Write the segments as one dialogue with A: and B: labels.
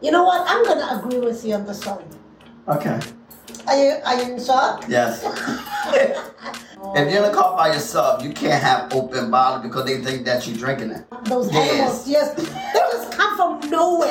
A: You know what? I'm gonna agree with you on this one.
B: Okay.
A: Are you are you in shock?
B: Yes. if you're in the car by yourself, you can't have open bottle because they think that you're drinking it.
A: Those
B: Yes.
A: animals, yes, they just come from nowhere.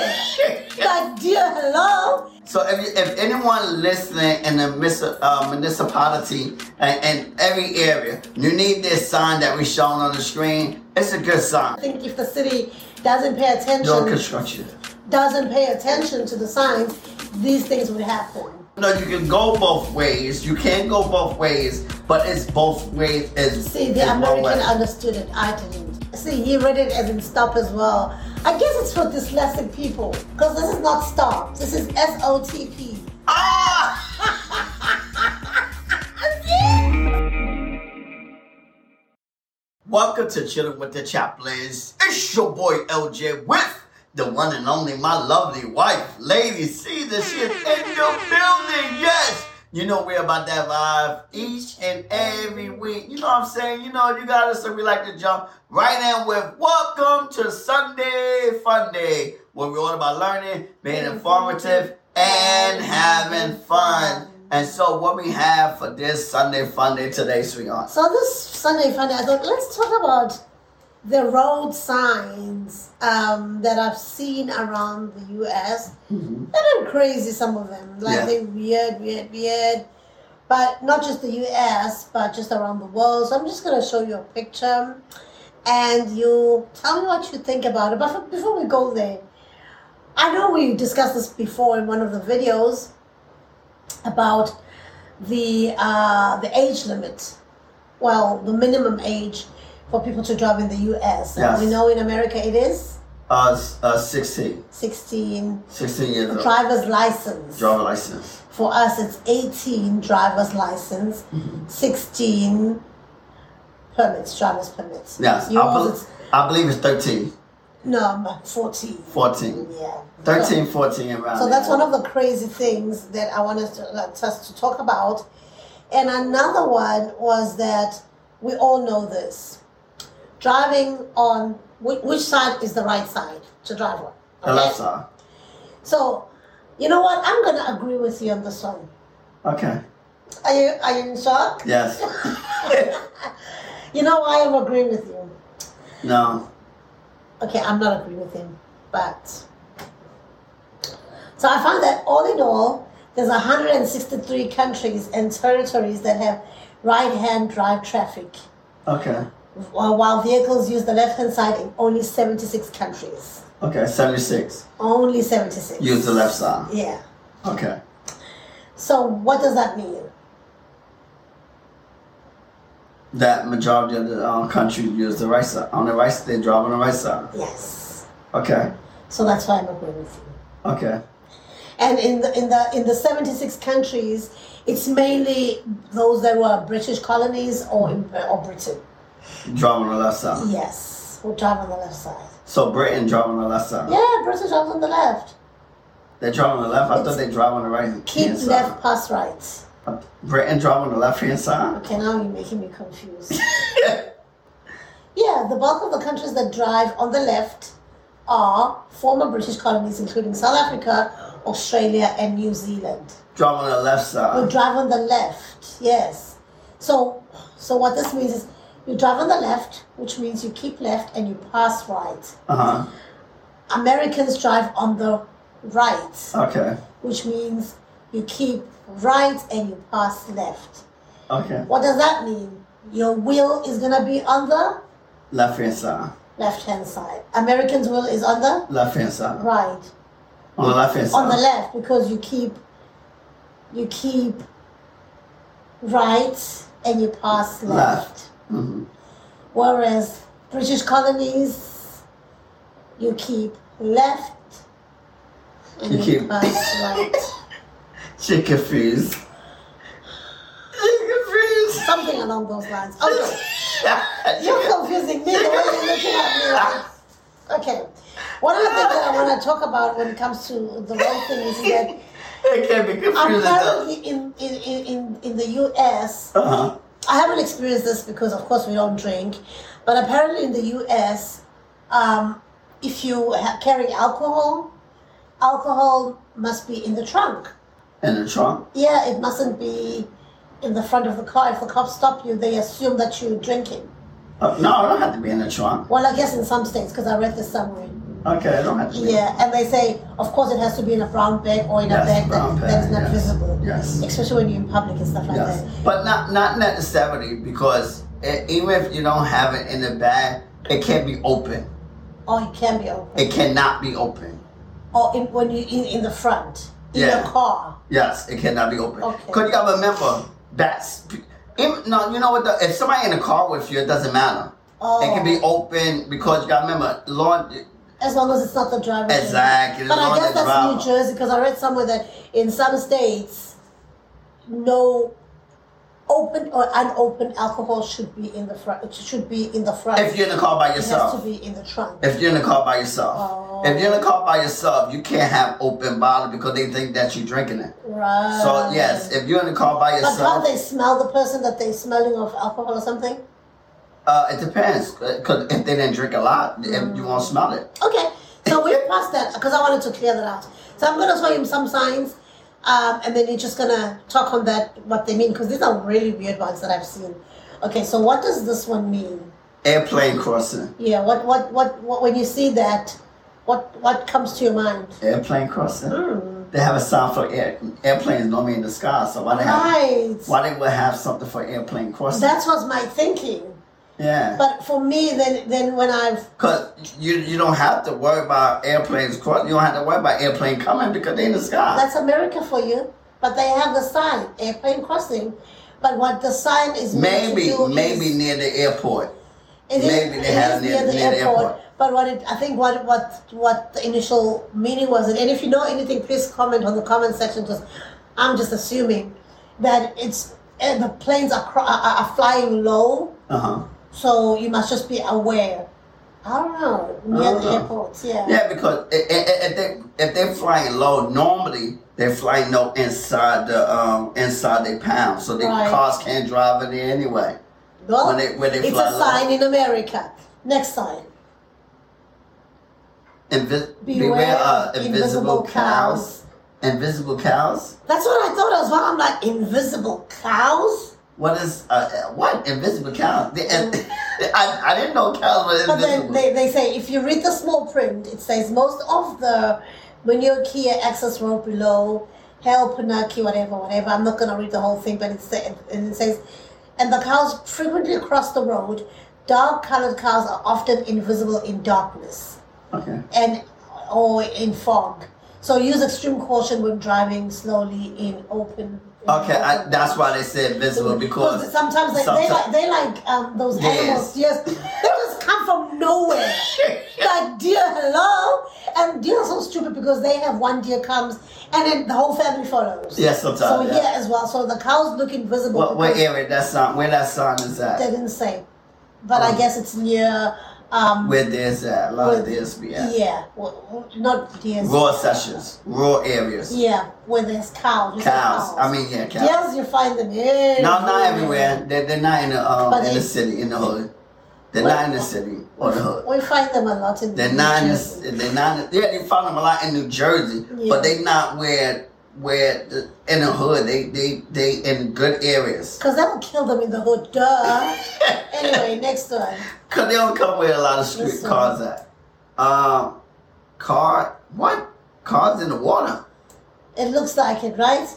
A: like, dear, hello.
B: So if, you, if anyone listening in the mis- uh, municipality and, and every area, you need this sign that we shown on the screen. It's a good
A: I
B: sign.
A: think if the city doesn't pay attention,
B: No construction.
A: doesn't pay attention to the signs, these things would happen.
B: No, you can go both ways. You can go both ways, but it's both ways. It's,
A: See,
B: it's
A: the
B: one
A: American
B: way.
A: understood it. I didn't. See, he read it as in stop as well. I guess it's for dyslexic people because this is not stop. This is S O T P.
B: Ah! Welcome to Chilling with the Chaplains. It's your boy LJ with the one and only my lovely wife, Lady C. That she is in the building. Yes, you know we're about that vibe each and every week. You know what I'm saying? You know you got us, so we like to jump right in with Welcome to Sunday Fun Day, where we're all about learning, being informative, and having fun. And so, what we have for this Sunday Fun Day today, sweetheart?
A: So this Sunday, Funday, I thought let's talk about the road signs um, that I've seen around the U.S. They're not crazy, some of them. Like
B: Yeah.
A: they're weird, weird, weird. But not just the U.S., but just around the world. So I'm just gonna show you a picture, and you tell me what you think about it. But for, before we go there, I know we discussed this before in one of the videos about the uh, the age limit. Well, the minimum age for people to drive in the U.S.
B: Yes.
A: We know in America it is
B: Uh, s- uh, 16.
A: 16
B: 16 years old.
A: driver's license.
B: Driver license.
A: For us, it's 18 driver's license,
B: Mm-hmm.
A: 16 permits, driver's permits.
B: Yes. I,
A: Yours
B: bel
A: is-
B: I believe it's 13,
A: no, I'm at 14.
B: 14.
A: Yeah.
B: 13, 14 around.
A: So
B: there.
A: that's one of the crazy things that I wanted to, like, us to talk about. And another one was that we all know this driving on which, which side is the right side to drive on?
B: The left side.
A: So, you know what? I'm going to agree with you on this one.
B: Okay.
A: Are you, are you in shock?
B: Yes.
A: You know why I'm agreeing with you?
B: no.
A: Okay, I'm not agreeing with him, but so I found that all in all, there's 163 countries and territories that have right-hand drive traffic,
B: Okay.
A: while while vehicles use the left-hand side in only 76 countries.
B: Okay. 76.
A: Only 76.
B: Use the left side.
A: Yeah.
B: Okay.
A: So what does that mean?
B: That majority of the uh, country use the right side. On the right side, they drive on the right side.
A: Yes.
B: Okay.
A: So that's why I'm agreeing with you.
B: Okay.
A: and in the in the in the 76 countries it's mainly those that were british colonies or in, or britain
B: Drive on the left side.
A: yes who drive on the left side
B: So Britain drive on the left side.
A: yeah british drives on the left
B: They drive on the left. I thought
A: It's-
B: they drive on the right
A: keep
B: hand side.
A: left pass right
B: Britain drive on the left hand side.
A: okay now you're making me confused yeah the bulk of the countries that drive on the left are former british colonies including south africa australia and new zealand
B: Drive on the left
A: You
B: side.
A: drive on the left, yes. So, so what this means is you drive on the left, which means you keep left and you pass right.
B: Uh
A: Americans drive on the right,
B: huh. Okay.
A: which means you keep right and you pass left.
B: Okay.
A: What does that mean? Your wheel is gonna be on the
B: Left hand side.
A: left hand side. Americans' wheel is on the
B: Left hand side.
A: right,
B: On the left hand side.
A: on the left because you keep you keep right and you pass left.
B: Left. hmm
A: Whereas British colonies, you keep left and
B: You
A: you
B: keep-
A: pass right.
B: She confused. She confused.
A: Something along those lines. Okay. You're
B: She-
A: confusing me the way you're looking at me. Okay. One of the things that I want to talk about when it comes to the road thing is that
B: it can be confusing though.
A: apparently in, in, in, in, in the US,
B: Uh huh.
A: I haven't experienced this because, of course, we don't drink. But apparently, in the U.S., um, if you ha- carry alcohol, alcohol must be in the trunk.
B: In the trunk?
A: Yeah, it mustn't be in the front of the car. If the cops stop you, they assume that you're drinking.
B: Uh, no, it don't have to be in the trunk.
A: Well, I guess in some states, because I read this somewhere.
B: Okay, it don't have to be.
A: Yeah, and they say, of course, it has to be in a brown bag or in
B: Yes,
A: a bag
B: brown
A: that,
B: bag,
A: that's not
B: yes.
A: visible.
B: Yes.
A: Especially when you're in public and stuff like
B: Yes,
A: that.
B: but not not necessarily because e- even if you don't have it in the bag, it can't be open.
A: Or it can be open.
B: It cannot be open.
A: or in, when you're in, in the front, in
B: Yeah.
A: the car.
B: Yes, it cannot be open.
A: Okay.
B: Because you gotta remember that's even, no, you know what? The, if somebody in the car with you, it doesn't matter.
A: Oh,
B: It can be open because you gotta remember law.
A: as long as it's not the driver.
B: Exactly,
A: But
B: not
A: I guess
B: the
A: that's
B: driver.
A: New Jersey because I read somewhere that in some states, no open or unopened alcohol should be in the front. It should be in the front.
B: If you're in the car by
A: it
B: yourself,
A: has to be in the trunk.
B: If you're in the car by yourself.
A: Oh.
B: If you're in the car by yourself, you can't have open bottle because they think that you're drinking it.
A: right.
B: So yes, if you're in the car by
A: Uh. But can't
B: yourself,
A: they smell the person that they're smelling of alcohol or something?
B: uh, it depends. Because if they didn't drink a lot, if you
A: Mm.
B: won't smell it.
A: Okay, so we passed that because I wanted to clear that out. So I'm gonna show him some signs, um, and then you're just gonna talk on that what they mean because these are really weird ones that I've seen. Okay, so what does this one mean?
B: Airplane crossing.
A: Yeah, what what what, what when you see that, what what comes to your mind?
B: Airplane crossing.
A: Hmm.
B: They have a sign for air. Airplanes normally in the sky, so why they have
A: Right,
B: why they would have something for airplane crossing?
A: that was my thinking.
B: yeah.
A: But for me, then then when I've
B: Cause you you don't have to worry about airplanes crossing. You don't have to worry about airplane coming because they in the sky.
A: that's America for you, but they have the sign airplane crossing. But what the sign is meant
B: maybe
A: to do is-
B: maybe near the airport.
A: It is,
B: Maybe they
A: it
B: have
A: is
B: near-
A: near the
B: near the
A: airport,
B: airport.
A: But what it, I think what what what the initial meaning was, and if you know anything, please comment on the comment section. Just I'm just assuming that it's eh, the planes are, cro- are are flying low,
B: Uh huh.
A: so you must just be aware. I don't know near
B: I don't
A: the
B: know.
A: airports, yeah.
B: Yeah, because i- i- i- if they if they're flying low, normally they're flying low inside the um inside their pound, so the
A: Right.
B: cars can't drive in there anyway.
A: Well,
B: When they- when they
A: it's
B: fly
A: a
B: low.
A: sign in America. Next sign.
B: Invi-
A: Beware,
B: of
A: of invisible cows.
B: Invisible cows.
A: That's what I thought as well. I'm like invisible cows.
B: What is uh, uh, what invisible cows? The- I, I didn't know cows were
A: Mm. But then
B: invisible.
A: they, they say if you read the small print, it says most of the Muniokia access road below, Hell Punaki, whatever, whatever. I'm not going to read the whole thing, but it, sa- and it says, and the cows frequently cross the road. Dark colored cows are often invisible in darkness
B: okay.
A: and or in fog. So use extreme caution when driving slowly in open. in
B: Okay, I,
A: open
B: that's why they said invisible because
A: sometimes they,
B: someti-
A: they like they like um, those
B: Yes.
A: animals. Yes, they just come from nowhere. like deer, hello, and deer are so stupid because they have one deer comes and then the whole family follows.
B: Yes, sometimes,
A: So
B: yeah.
A: here as well. So the cows look invisible.
B: what, what
A: because
B: area that sign? Where that sign is at?
A: they didn't say, but I
B: Oh.
A: guess it's near. Um,
B: where there's at? A lot of
A: Where-
B: this be
A: yeah,
B: at.
A: w- w- not deer.
B: Raw sessions, raw areas,
A: Yeah, where there's cows. there's
B: cows. I mean, yeah, cows.
A: Deers, you find them everywhere.
B: No, not everywhere. They're, they're not in the um,
A: But
B: in the
A: they-
B: city, in the hood. They're not in the city or the hood.
A: We find them a lot in
B: They're
A: New
B: not in
A: Jersey.
B: the, they're not in- yeah, you find them a lot in New Jersey,
A: Yeah.
B: but they not where where the, in the hood. They they they in good areas.
A: Because that'll kill them in the hood, duh. anyway, next one.
B: Cause they don't come where a lot of street
A: Listen.
B: cars at. Um car what? Cars in the water.
A: It looks like it, right?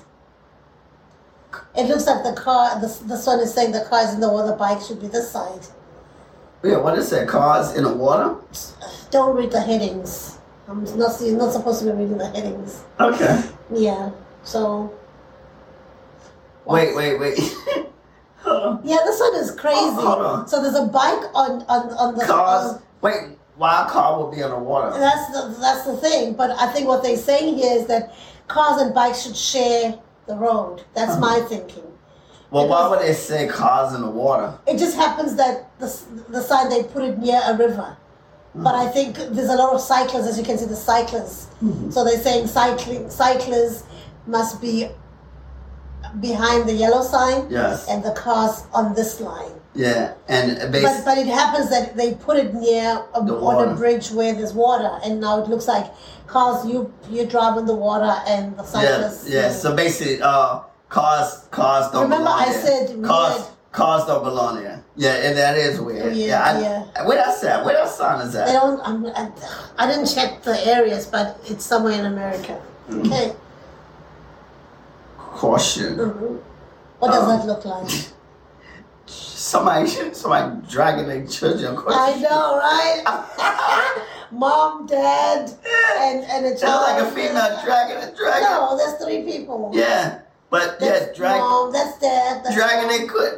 A: It looks like the car, this, this one is saying the car is in the water, bike should be this side.
B: Yeah, what is that? Cars in the water?
A: Don't read the headings. I'm not, you're not supposed to be reading the headings.
B: Okay.
A: Yeah, so.
B: Wait, wait, wait. Hold on.
A: Yeah, this one is crazy.
B: Oh, Hold on.
A: So there's a bike on, on, on the.
B: Cars
A: on-
B: wait, why a car will be in the water?
A: that's, the, that's the thing, but I think what they're saying here is that cars and bikes should share the road. That's
B: Uh-huh.
A: my thinking.
B: Well, why would they say cars in the water?
A: It just happens that the, the sign they put it near a river. But I think there's a lot of cyclists, as you can see, the cyclists. So they're saying cycling cyclists must be behind the yellow sign
B: Yes.
A: and the cars on this line.
B: Yeah, and
A: But,
B: basically,
A: but it happens that they put it near a,
B: The
A: on
B: water.
A: a bridge where there's water, and now it looks like cars you you drive in the water and the
B: yeah,
A: cyclists.
B: yeah. So basically, uh, cars, cars don't.
A: Remember
B: belong
A: I
B: there.
A: said we
B: cars,
A: had- Oh,
B: cars don't belong there. Yeah, and that is weird.
A: Yeah,
B: I,
A: yeah.
B: Where that's at? Where that sign is
A: they
B: at?
A: don't. I'm, I, I didn't check the areas, but it's somewhere in America.
B: Hmm.
A: Okay.
B: Caution.
A: Mhm. What does
B: Um,
A: that look like?
B: Somebody, somebody dragging their children. across
A: I
B: the
A: know,
B: street.
A: right? Mom, dad,
B: yeah.
A: and and a
B: Sound
A: child.
B: like a female dragging a dragon.
A: No, there's three people.
B: Yeah, but yeah,
A: That's
B: drag,
A: mom. That's dad. That's
B: dragging they could.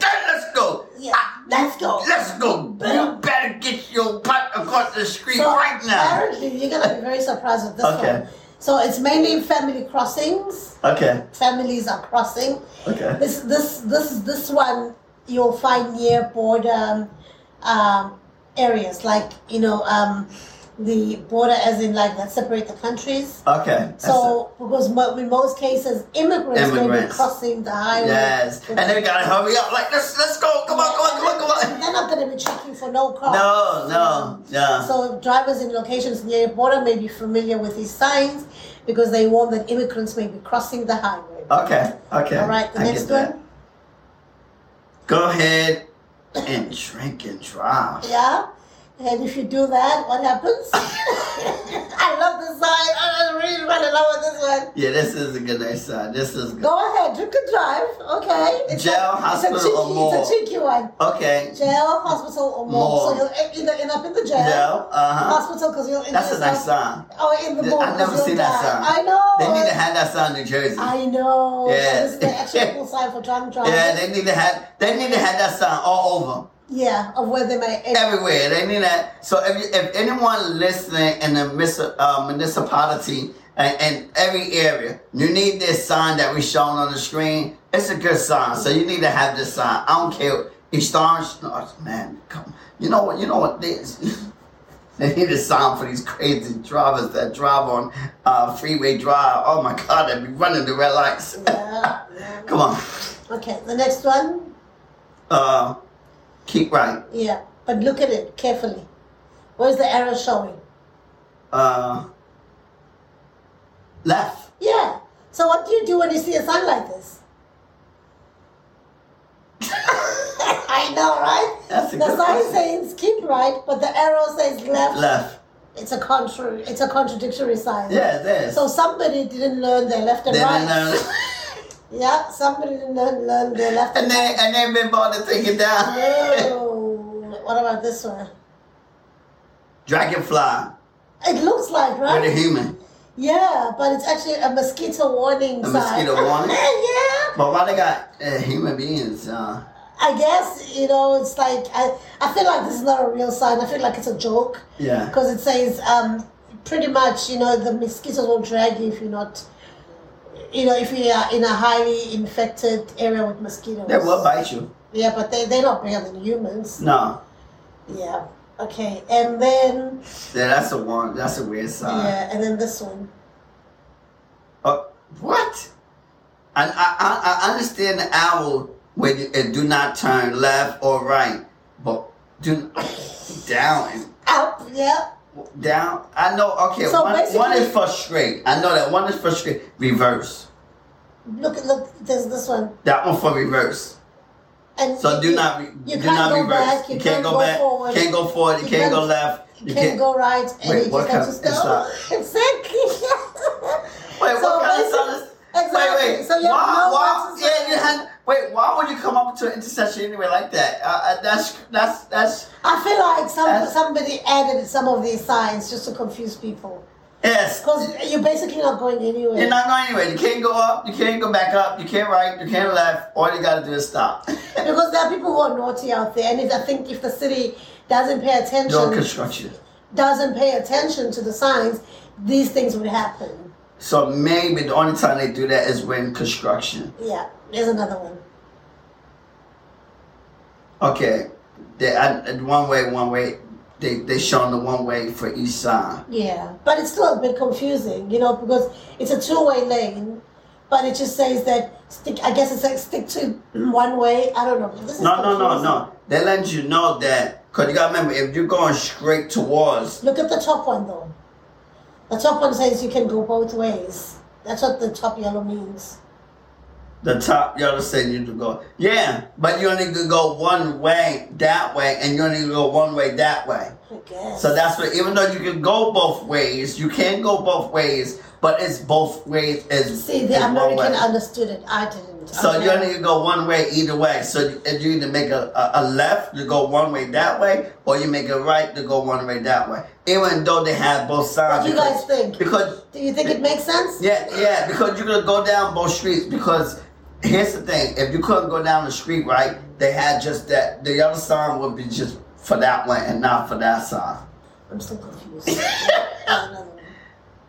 B: Let's go.
A: Yeah, let's go.
B: Let's go. You better get your butt across the street right now.
A: Apparently, you're gonna be very surprised with this
B: Okay.
A: one. So it's mainly family crossings.
B: Okay.
A: Families are crossing.
B: Okay.
A: This this this this one you'll find near border um, areas, like you know um, the border, as in like that separate the countries.
B: Okay. That's it.
A: So because mo- in most cases immigrants, may be
B: Immigrants.
A: crossing the highway.
B: yes, and then we gotta hurry up. Like let's let's go. Come on, come on, come on, come on.
A: They're not gonna be checking for no car.
B: No, no, no.
A: So drivers in locations near the border may be familiar with these signs because they warn that immigrants may be crossing the highway.
B: Okay. Okay.
A: All right, the
B: I
A: next
B: get that.
A: one.
B: Go ahead and drink and drive.
A: Yeah. And if you do that, what happens? I love this sign. I I really, really love this one.
B: Yeah, this is a good nice side. This is good.
A: Go ahead, you can drive. Okay.
B: Jail,
A: a-
B: hospital,
A: it's a cheeky,
B: or mall?
A: It's a cheeky one.
B: Okay.
A: Jail, hospital, or mall.
B: Mall.
A: So you'll e- either end up in the jail,
B: No. Uh huh.
A: hospital, because you'll end
B: That's a
A: yourself-
B: nice sign.
A: Or in the
B: I've
A: mall. 'cause
B: never
A: you'll
B: seen that
A: die.
B: sign.
A: I know.
B: They need to have that sign in Jersey.
A: oh, I know.
B: Yeah.
A: This is the actual cool sign for drunk driving.
B: Yeah, they need to have they need to have that sign all over.
A: Yeah, of where they may end.
B: everywhere. They need that. So if, you- if anyone listening in the mis- uh, municipality and, and every area, you need this sign that we shown on the screen. It's a good sign. So you need to have this sign. I don't care. He starts. Oh, man, come. You know what? You know what? They, they need a sign for these crazy drivers that drive on uh, freeway drive. Oh my God, they be running the red lights.
A: Yeah, yeah.
B: come on.
A: Okay, the next one.
B: Uh, keep right.
A: Yeah, but look at it carefully. Where's the arrow showing?
B: Uh, left.
A: Yeah. So what do you do when you see a sign like this? I know, right?
B: That's a
A: The
B: good
A: sign
B: question.
A: says keep right, but the arrow says left.
B: Left.
A: It's a contrary. It's a contradictory sign.
B: Yeah, there.
A: So somebody didn't learn their left and
B: Then
A: right.
B: another-
A: Yeah, somebody didn't learn, learn their left
B: and
A: and
B: then and then been bought to take it down.
A: Oh, what about this one?
B: Dragonfly
A: It looks like,
B: with a
A: right?
B: human.
A: Yeah, but it's actually a mosquito warning
B: A
A: sign.
B: mosquito warning?
A: yeah.
B: But why they got uh, human beings? Uh,
A: I guess, you know, it's like, I, I feel like this is not a real sign. I feel like it's a joke
B: yeah.
A: because it says um, pretty much, you know, the mosquitoes will drag you if you're not, you know, if you are in a highly infected area with mosquitoes.
B: They will bite you.
A: Yeah, but they, they're not bigger than humans.
B: No.
A: Yeah. Okay. And then,
B: Yeah, that's a one. That's a weird sign.
A: yeah, and then this one.
B: Oh, what? And I, I I understand the owl when you, it do not turn left or right, but do down and
A: Up, yeah.
B: down. I know. Okay,
A: So
B: one, one
A: basically-
B: is for straight. I know that one is for straight. Reverse.
A: Look, look, there's this one.
B: That one for reverse.
A: And
B: So do not re-
A: You
B: do
A: can't
B: not
A: go
B: reverse.
A: back, you can't go forward.
B: Can't go forward. You,
A: You
B: can't, go
A: can't-
B: left.
A: You can't, go right and
B: Wait,
A: you
B: what
A: just have
B: kind
A: to
B: of-
A: go.
B: it's
A: Exactly. So
B: Wait, what kind of
A: basically-
B: song is-
A: exactly.
B: Wait, wait.
A: So you have
B: why,
A: no
B: why,
A: buttons
B: yeah,
A: to-
B: you had, wait, why would you come up to an intersection anyway like that? Uh, uh, that's that's that's
A: I feel like some,
B: That's-
A: somebody added some of these signs just to confuse people.
B: yes.
A: Because you're basically not going anywhere.
B: You're not going anywhere. You can't go up. You can't go back up. You can't right. You can't left. All you gotta do is stop.
A: because there are people who are naughty out there. And if, I think if the city doesn't pay
B: No
A: attention,
B: construction.
A: doesn't pay attention to the signs, these things would happen.
B: So maybe the only time they do that is when construction.
A: Yeah, there's another one.
B: Okay, they, I, one way, one way. They they showing the one way for each side.
A: Yeah, but it's still a bit confusing, you know, because it's a two-way lane, but it just says that stick. I guess it says stick to one way. I don't know. This is
B: No, no, no,
A: confusing.
B: no. They let you know that because you got to remember if you're going straight towards.
A: Look at the top one though. The top one says you can go both ways. That's what the top yellow means.
B: The top, you all said you to go. Yeah, but you only could go one way that way, and you only could go one way that way.
A: I guess.
B: So that's what, even though you can go both ways, you can go both ways, but it's both ways. Is,
A: See,
B: is
A: the
B: one
A: American
B: way.
A: understood it. I didn't.
B: So
A: Okay.
B: you only can go one way either way. So if you either make a, a, a left, you go one way that way, or you make a right to go one way that way. Even though they have both
A: What
B: sides.
A: do you guys think?
B: Because
A: Do you think it makes sense?
B: yeah, yeah, because you could go down both streets. Because here's the thing: if you couldn't go down the street right, they had just that. The other sign would be just for that one and not for that sign.
A: I'm still confused. There's another one.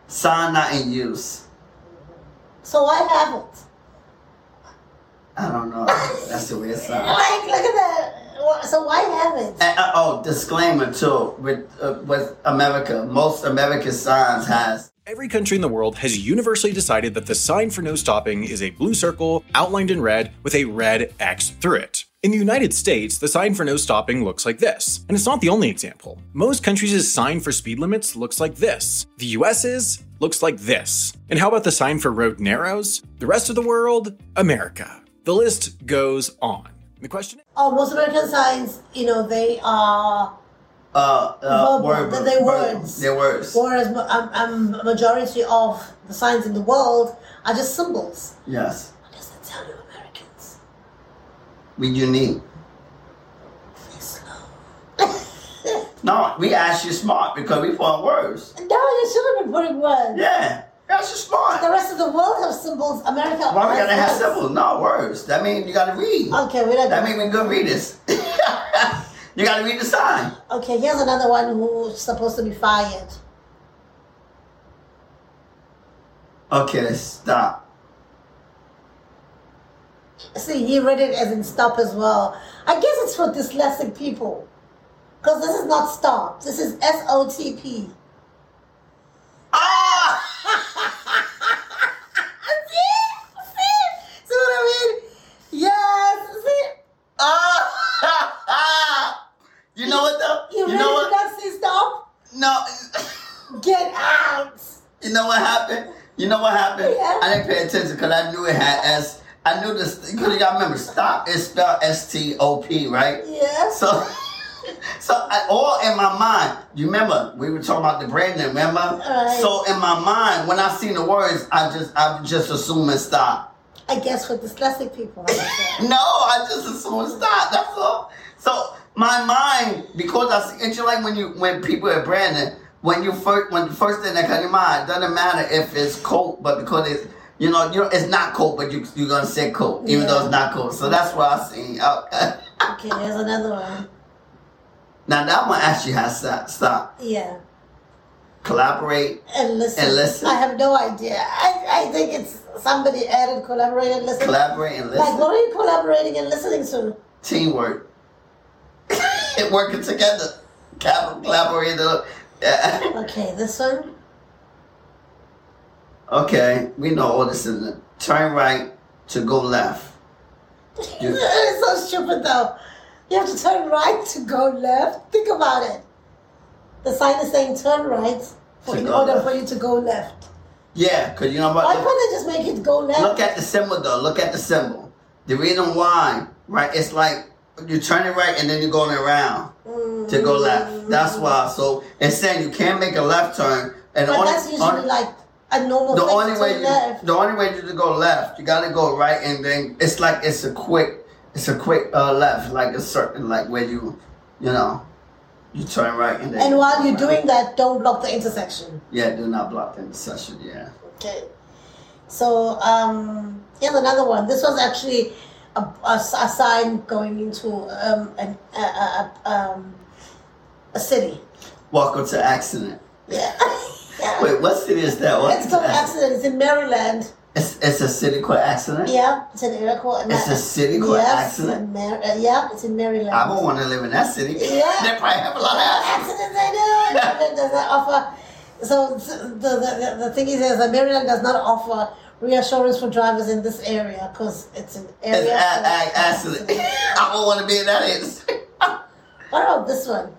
B: Sign not in use.
A: so I have it.
B: I don't know. That's the weird sign.
A: Like, look at that. Wha- So why have it?
B: And, uh, oh, disclaimer too with uh, with America. Most American signs has
C: Every country in the world has universally decided that the sign for no stopping is a blue circle outlined in red with a red X through it. In the United States, the sign for no stopping looks like this, and it's not the only example. Most countries' sign for speed limits looks like this. The US's looks like this. And how about the sign for road narrows? The rest of the world? America. The list goes on. The question
A: Oh, most American signs, you know, they are,
B: uh, uh
A: Verbal,
B: word,
A: that they
B: word-
A: words.
B: They words.
A: whereas ma- um, um, majority of the signs in the world are just symbols.
B: Yes,
A: What does that tell you, Americans?
B: we unique.
A: They're slow.
B: No, we actually smart because we put words.
A: No, you shouldn't be putting words.
B: Yeah, that's just smart.
A: The rest of the world have symbols. America.
B: Why we gotta have
A: has
B: symbols, not words? That means you gotta read.
A: Okay, we don't.
B: That means we good readers. you gotta read the sign.
A: Okay, here's another one who's supposed to be fired.
B: Okay, stop.
A: See, he read it as in stop as well. I guess it's for dyslexic people. Because this is not stop. This is S O T P.
B: Ah!
A: See? See? See what I mean? Yes. See?
B: Ah! you know what though?
A: You
B: You know
A: really did
B: what?
A: not see stop?
B: No.
A: Get out.
B: You know what happened? You know what happened?
A: Yeah.
B: I didn't pay attention because I knew it had S. I knew this because you gotta remember, stop is spelled S T O P, right?
A: Yes.
B: So, so I, all in my mind. You remember we were talking about the Brandon, remember?
A: Right.
B: So in my mind, when I seen the words, I just I'm just assuming stop.
A: I guess for dyslexic people. I would say.
B: No, I just assume stop. That's all. So my mind, because I see, it's just like when you when people at Brandon, when you first when the first thing that comes to your mind, doesn't matter if it's coat, but because it's you know you know, it's not coat, but you you gonna say coat, even though
A: Yeah.
B: it's not coat. So that's what I seen. Oh. I-
A: okay, there's another one.
B: now that one actually has stop. stop.
A: Yeah.
B: Collaborate.
A: And listen.
B: And listen.
A: I have no idea. I, I think it's somebody added collaborate and listen.
B: collaborate and
A: Like,
B: listen.
A: what are you collaborating and listening to?
B: Teamwork. and working together. Collab- Collaborate. uh, yeah.
A: Okay, this one.
B: okay, we know all this is it. Turn right to go left. You-
A: it's so stupid though. You have to turn right to go left. Think about it. The sign is saying turn right for,
B: To
A: in
B: go
A: order
B: left.
A: for you to go left.
B: Yeah, because you know
A: Why
B: what?
A: can't they just make it go left?
B: Look at the symbol though. Look at the symbol. The reason why, right? It's like you turn it right and then you're going around to go left. That's why. So it's saying you can't make a left turn. And
A: but
B: only-
A: that's usually
B: only-
A: like a normal
B: the
A: thing
B: only
A: to
B: way you,
A: left.
B: the only way you to go left, you gotta go right, and then it's like it's a quick, it's a quick uh, left, like a certain like where you, you know, you turn right and then.
A: and
B: you
A: while
B: go
A: you're
B: right.
A: doing that, don't block the intersection.
B: Yeah, do not block the intersection. Yeah.
A: Okay. So um, here's another one. This was actually a, a, a sign going into um, an, a, a, a, um, a city.
B: Welcome to accident.
A: Yeah.
B: Wait, what city is that? What
A: It's called accident. It's in Maryland.
B: It's, it's a city called accident.
A: Yeah, it's an area called.
B: It's a city called
A: yes,
B: accident.
A: in Mar- uh, yeah, it's in Maryland.
B: I would want to live in that city.
A: Yeah.
B: they probably have a lot of
A: Accidents
B: accidents.
A: they do. Maryland does not offer. So the, the, the, the thing is, is that Maryland does not offer reassurance for drivers in this area because it's an area.
B: It's
A: for
B: a- a- accident.
A: accidents.
B: I don't want to be in that accident.
A: What about this one?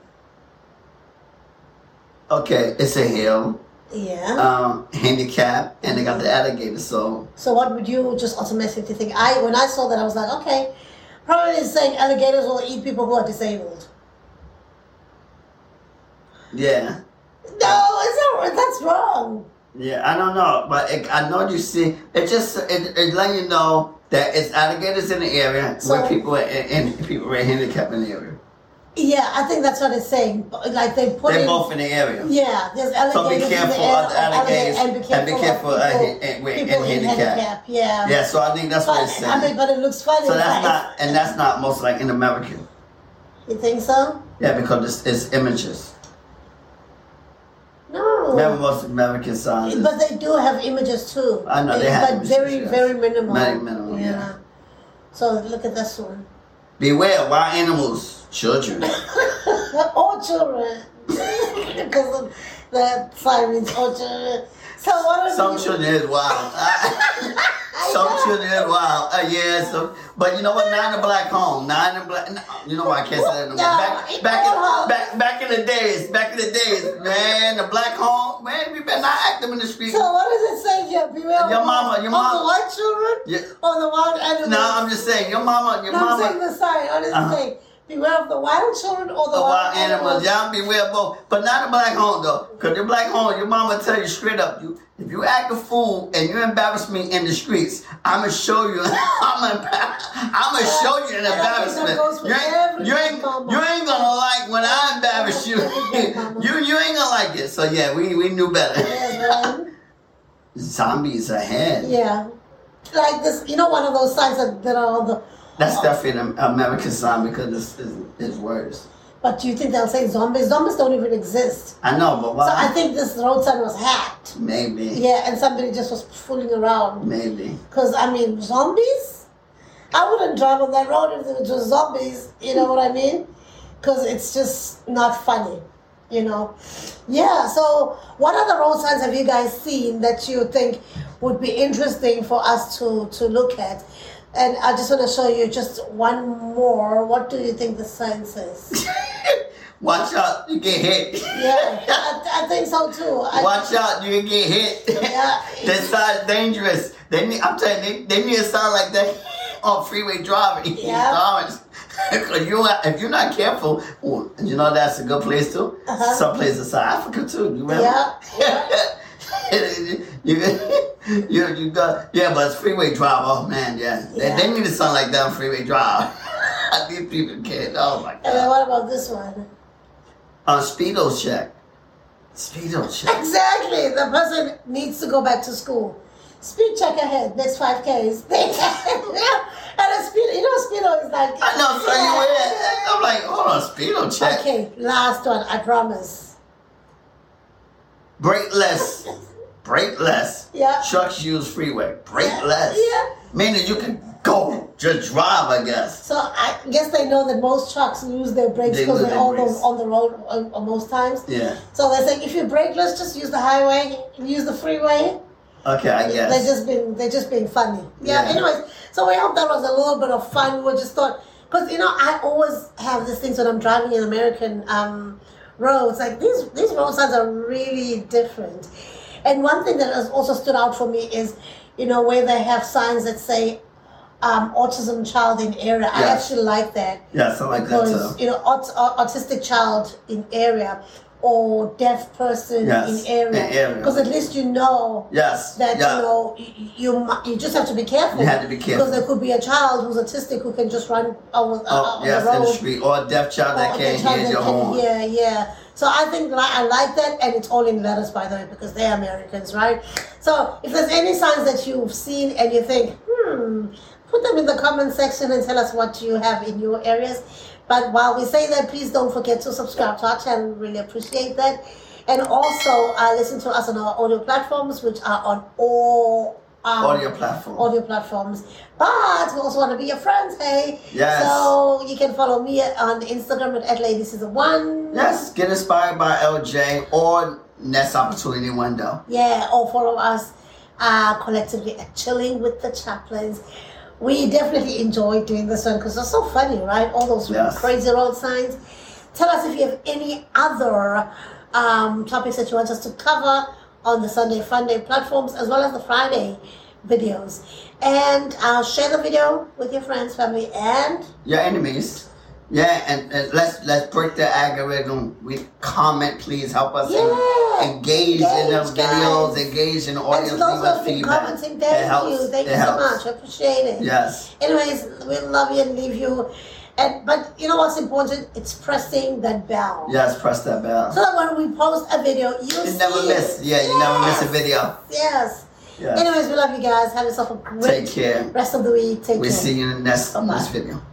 B: Okay, it's a hill,
A: Yeah.
B: um, handicap, and they got the alligator. So
A: So what would you just automatically think? I when I saw that I was like, okay, probably it's saying alligators will eat people who are disabled.
B: yeah,
A: No, it's not. That's wrong.
B: yeah. I don't know, but it, I know you see. It just it, it let you know that it's alligators in the area
A: So-
B: where people are in, in people with handicap in the area.
A: Yeah, I think that's what it's saying. But, Like they put
B: They're
A: in.
B: both in the area.
A: Yeah, there's
B: So be
A: alligators. in the
B: careful
A: air
B: of the alligators
A: and be careful, of
B: uh,
A: people,
B: and- and- with- and
A: people in
B: handicap.
A: handicap. Yeah.
B: Yeah, so I think that's what
A: But,
B: it's
A: I mean,
B: saying.
A: but it looks funny.
B: So that's
A: right?
B: not, and that's not most like in American.
A: You think so?
B: Yeah, because it's, it's images.
A: No.
B: Remember most American signs. is-
A: But they do have images too.
B: I know, they
A: But
B: have images,
A: very,
B: yes.
A: very minimal.
B: Very minimal, yeah.
A: So look at this one.
B: Beware, wild animals, children.
A: All children. because of the sirens, all children. So what are
B: Some
A: you-
B: children is wild.
A: I
B: some
A: know.
B: children is wild. Uh, yeah, some, but you know what? Nine in black home. Nine in black. You know why I can't say that no more.
A: No,
B: Back, back,
A: it's all
B: in, back, back in the days, back in the days, man, the black home, man, we better not act them in the street.
A: So what does it say here? Beware
B: Your
A: of-
B: mama- your mama-
A: Of the white children?
B: Yeah.
A: Or the wild animals?
B: No, I'm just saying, your mama, your
A: No, I'm saying
B: mama,
A: the sign. What does
B: Uh-huh.
A: it say? Beware of the wild children or the,
B: the wild animals. Y'all beware both, but not the black home though, cause the black home, your mama tell you straight up, you if you act a fool and you embarrass me in the streets, I'ma show you, I'ma, embar- I'ma show you an
A: And I think that
B: embarrassment.
A: goes for
B: You ain't,
A: every
B: you ain't,
A: mama.
B: you ain't gonna like when I embarrass you.
A: Every mama.
B: you, you ain't gonna like it. So yeah, we we knew better.
A: Yeah, man.
B: Zombies ahead.
A: Yeah. Like this, you know, one of those signs that, that are all the.
B: That's definitely an American zombie because it's, it's, it's worse.
A: But do you think they'll say zombies? Zombies don't even exist.
B: I know, but why?
A: So I think this road sign was hacked.
B: Maybe.
A: Yeah, and somebody just was fooling around.
B: Maybe.
A: Because, I mean, zombies? I wouldn't drive on that road if there were just zombies, you know what I mean? Because it's just not funny, you know? Yeah, so what other road signs have you guys seen that you think would be interesting for us to, to look at? And I just want to show you just one more. What do you think the sign says?
B: Watch out, you get hit.
A: Yeah, I, I think so too. I,
B: Watch out, you can get hit.
A: Yeah.
B: that sign's dangerous. They need, I'm telling you, they, they need a sign like that on freeway driving.
A: Yeah.
B: Because you, if you're not careful, ooh, you know that's a good place too.
A: Uh-huh.
B: Some places in South Africa too. You remember?
A: Yeah.
B: you, you, you got yeah, but it's freeway drive. Oh man, yeah.
A: Yeah.
B: They, they need a sign like that on freeway drive. These people can't. Oh my
A: And then
B: god.
A: what about this one?
B: On speedo check. Speedo check.
A: Exactly. The person needs to go back to school. Speed check ahead. Next five Ks. and a speed, you know, speedo is like.
B: I know, so you went. I'm like, hold on, speedo check.
A: Okay, last one. I promise.
B: Brake less. Brake less.
A: Yeah.
B: Trucks use freeway. Brake
A: Yeah,
B: less.
A: yeah.
B: Meaning you can go, just drive, I guess.
A: So I guess they know that most trucks lose their brakes
B: They
A: because
B: lose
A: they're
B: their
A: all those
B: brakes.
A: on the road uh, uh, most times.
B: Yeah.
A: So they're saying if you brake, let's just use the highway, use the freeway.
B: Okay, I
A: They're
B: guess.
A: just being they're just being funny. Yeah.
B: Yeah.
A: Anyways, so we hope that was a little bit of fun. We just thought because you know I always have these things when I'm driving in American um, roads. Like these these road signs are really different. And one thing that has also stood out for me is, you know, where they have signs that say um, autism child in area. I
B: Yes.
A: actually like that
B: yeah, something like that
A: because
B: too.
A: you know aut- au- autistic child in area or deaf person
B: Yes,
A: in area
B: in area.
A: because at least you know
B: Yes.
A: that
B: yeah.
A: you know you, you mu- you just have to be careful.
B: You have to be careful.
A: because there could be a child who's autistic who can just run over uh,
B: Oh,
A: on
B: yes,
A: the road.
B: in the street. Or a deaf child
A: or
B: that
A: the
B: can't
A: child
B: hear
A: that
B: your
A: can
B: horn.
A: hear, yeah. So I think li- I like that, and it's all in letters, by the way, because they're Americans, right? So if there's any signs that you've seen and you think, hmm, put them in the comment section and tell us what you have in your areas. But while we say that, please don't forget to subscribe to our channel. We really appreciate that. And also uh, listen to us on our audio platforms, which are on all um,
B: Audio platform.
A: audio platforms. But we also want to be your friends, hey?
B: Yes.
A: So you can follow me on Instagram at, at LadySeason1.
B: Yes, get inspired by LJ or Next Opportunity Window.
A: Yeah, or follow us uh, collectively at Chilling with the Chaplains. We definitely enjoy doing this one because it's so funny, right? All those
B: Yes.
A: crazy road signs. Tell us if you have any other um, topics that you want us to cover on the Sunday Fun Day platforms as well as the Friday videos. And uh, share the video with your friends, family, and
B: your enemies. Yeah, and, and let's let's break the algorithm. We comment, please help us en-
A: Yeah.
B: engage, in the
A: Engage,
B: videos,
A: guys.
B: engage in the
A: and
B: audience.
A: to
B: Leave
A: those who
B: us
A: have been
B: feedback.
A: commenting.
B: It
A: Thank you,
B: helps.
A: thank
B: It
A: you so
B: helps.
A: much. I appreciate it.
B: Yes,
A: Anyways, we love you and leave you. And but you know what's important? It's pressing that bell.
B: yes. Press that bell.
A: So that when we post a video, you
B: you never
A: see
B: miss.
A: It.
B: Yeah, you never miss a
A: Yes.
B: video.
A: Yes.
B: Yes.
A: Anyways, we love you guys. Have yourself a
B: Take
A: great
B: care.
A: rest of the week. Take
B: We
A: care.
B: see you in the next
A: Bye-bye.
B: next video.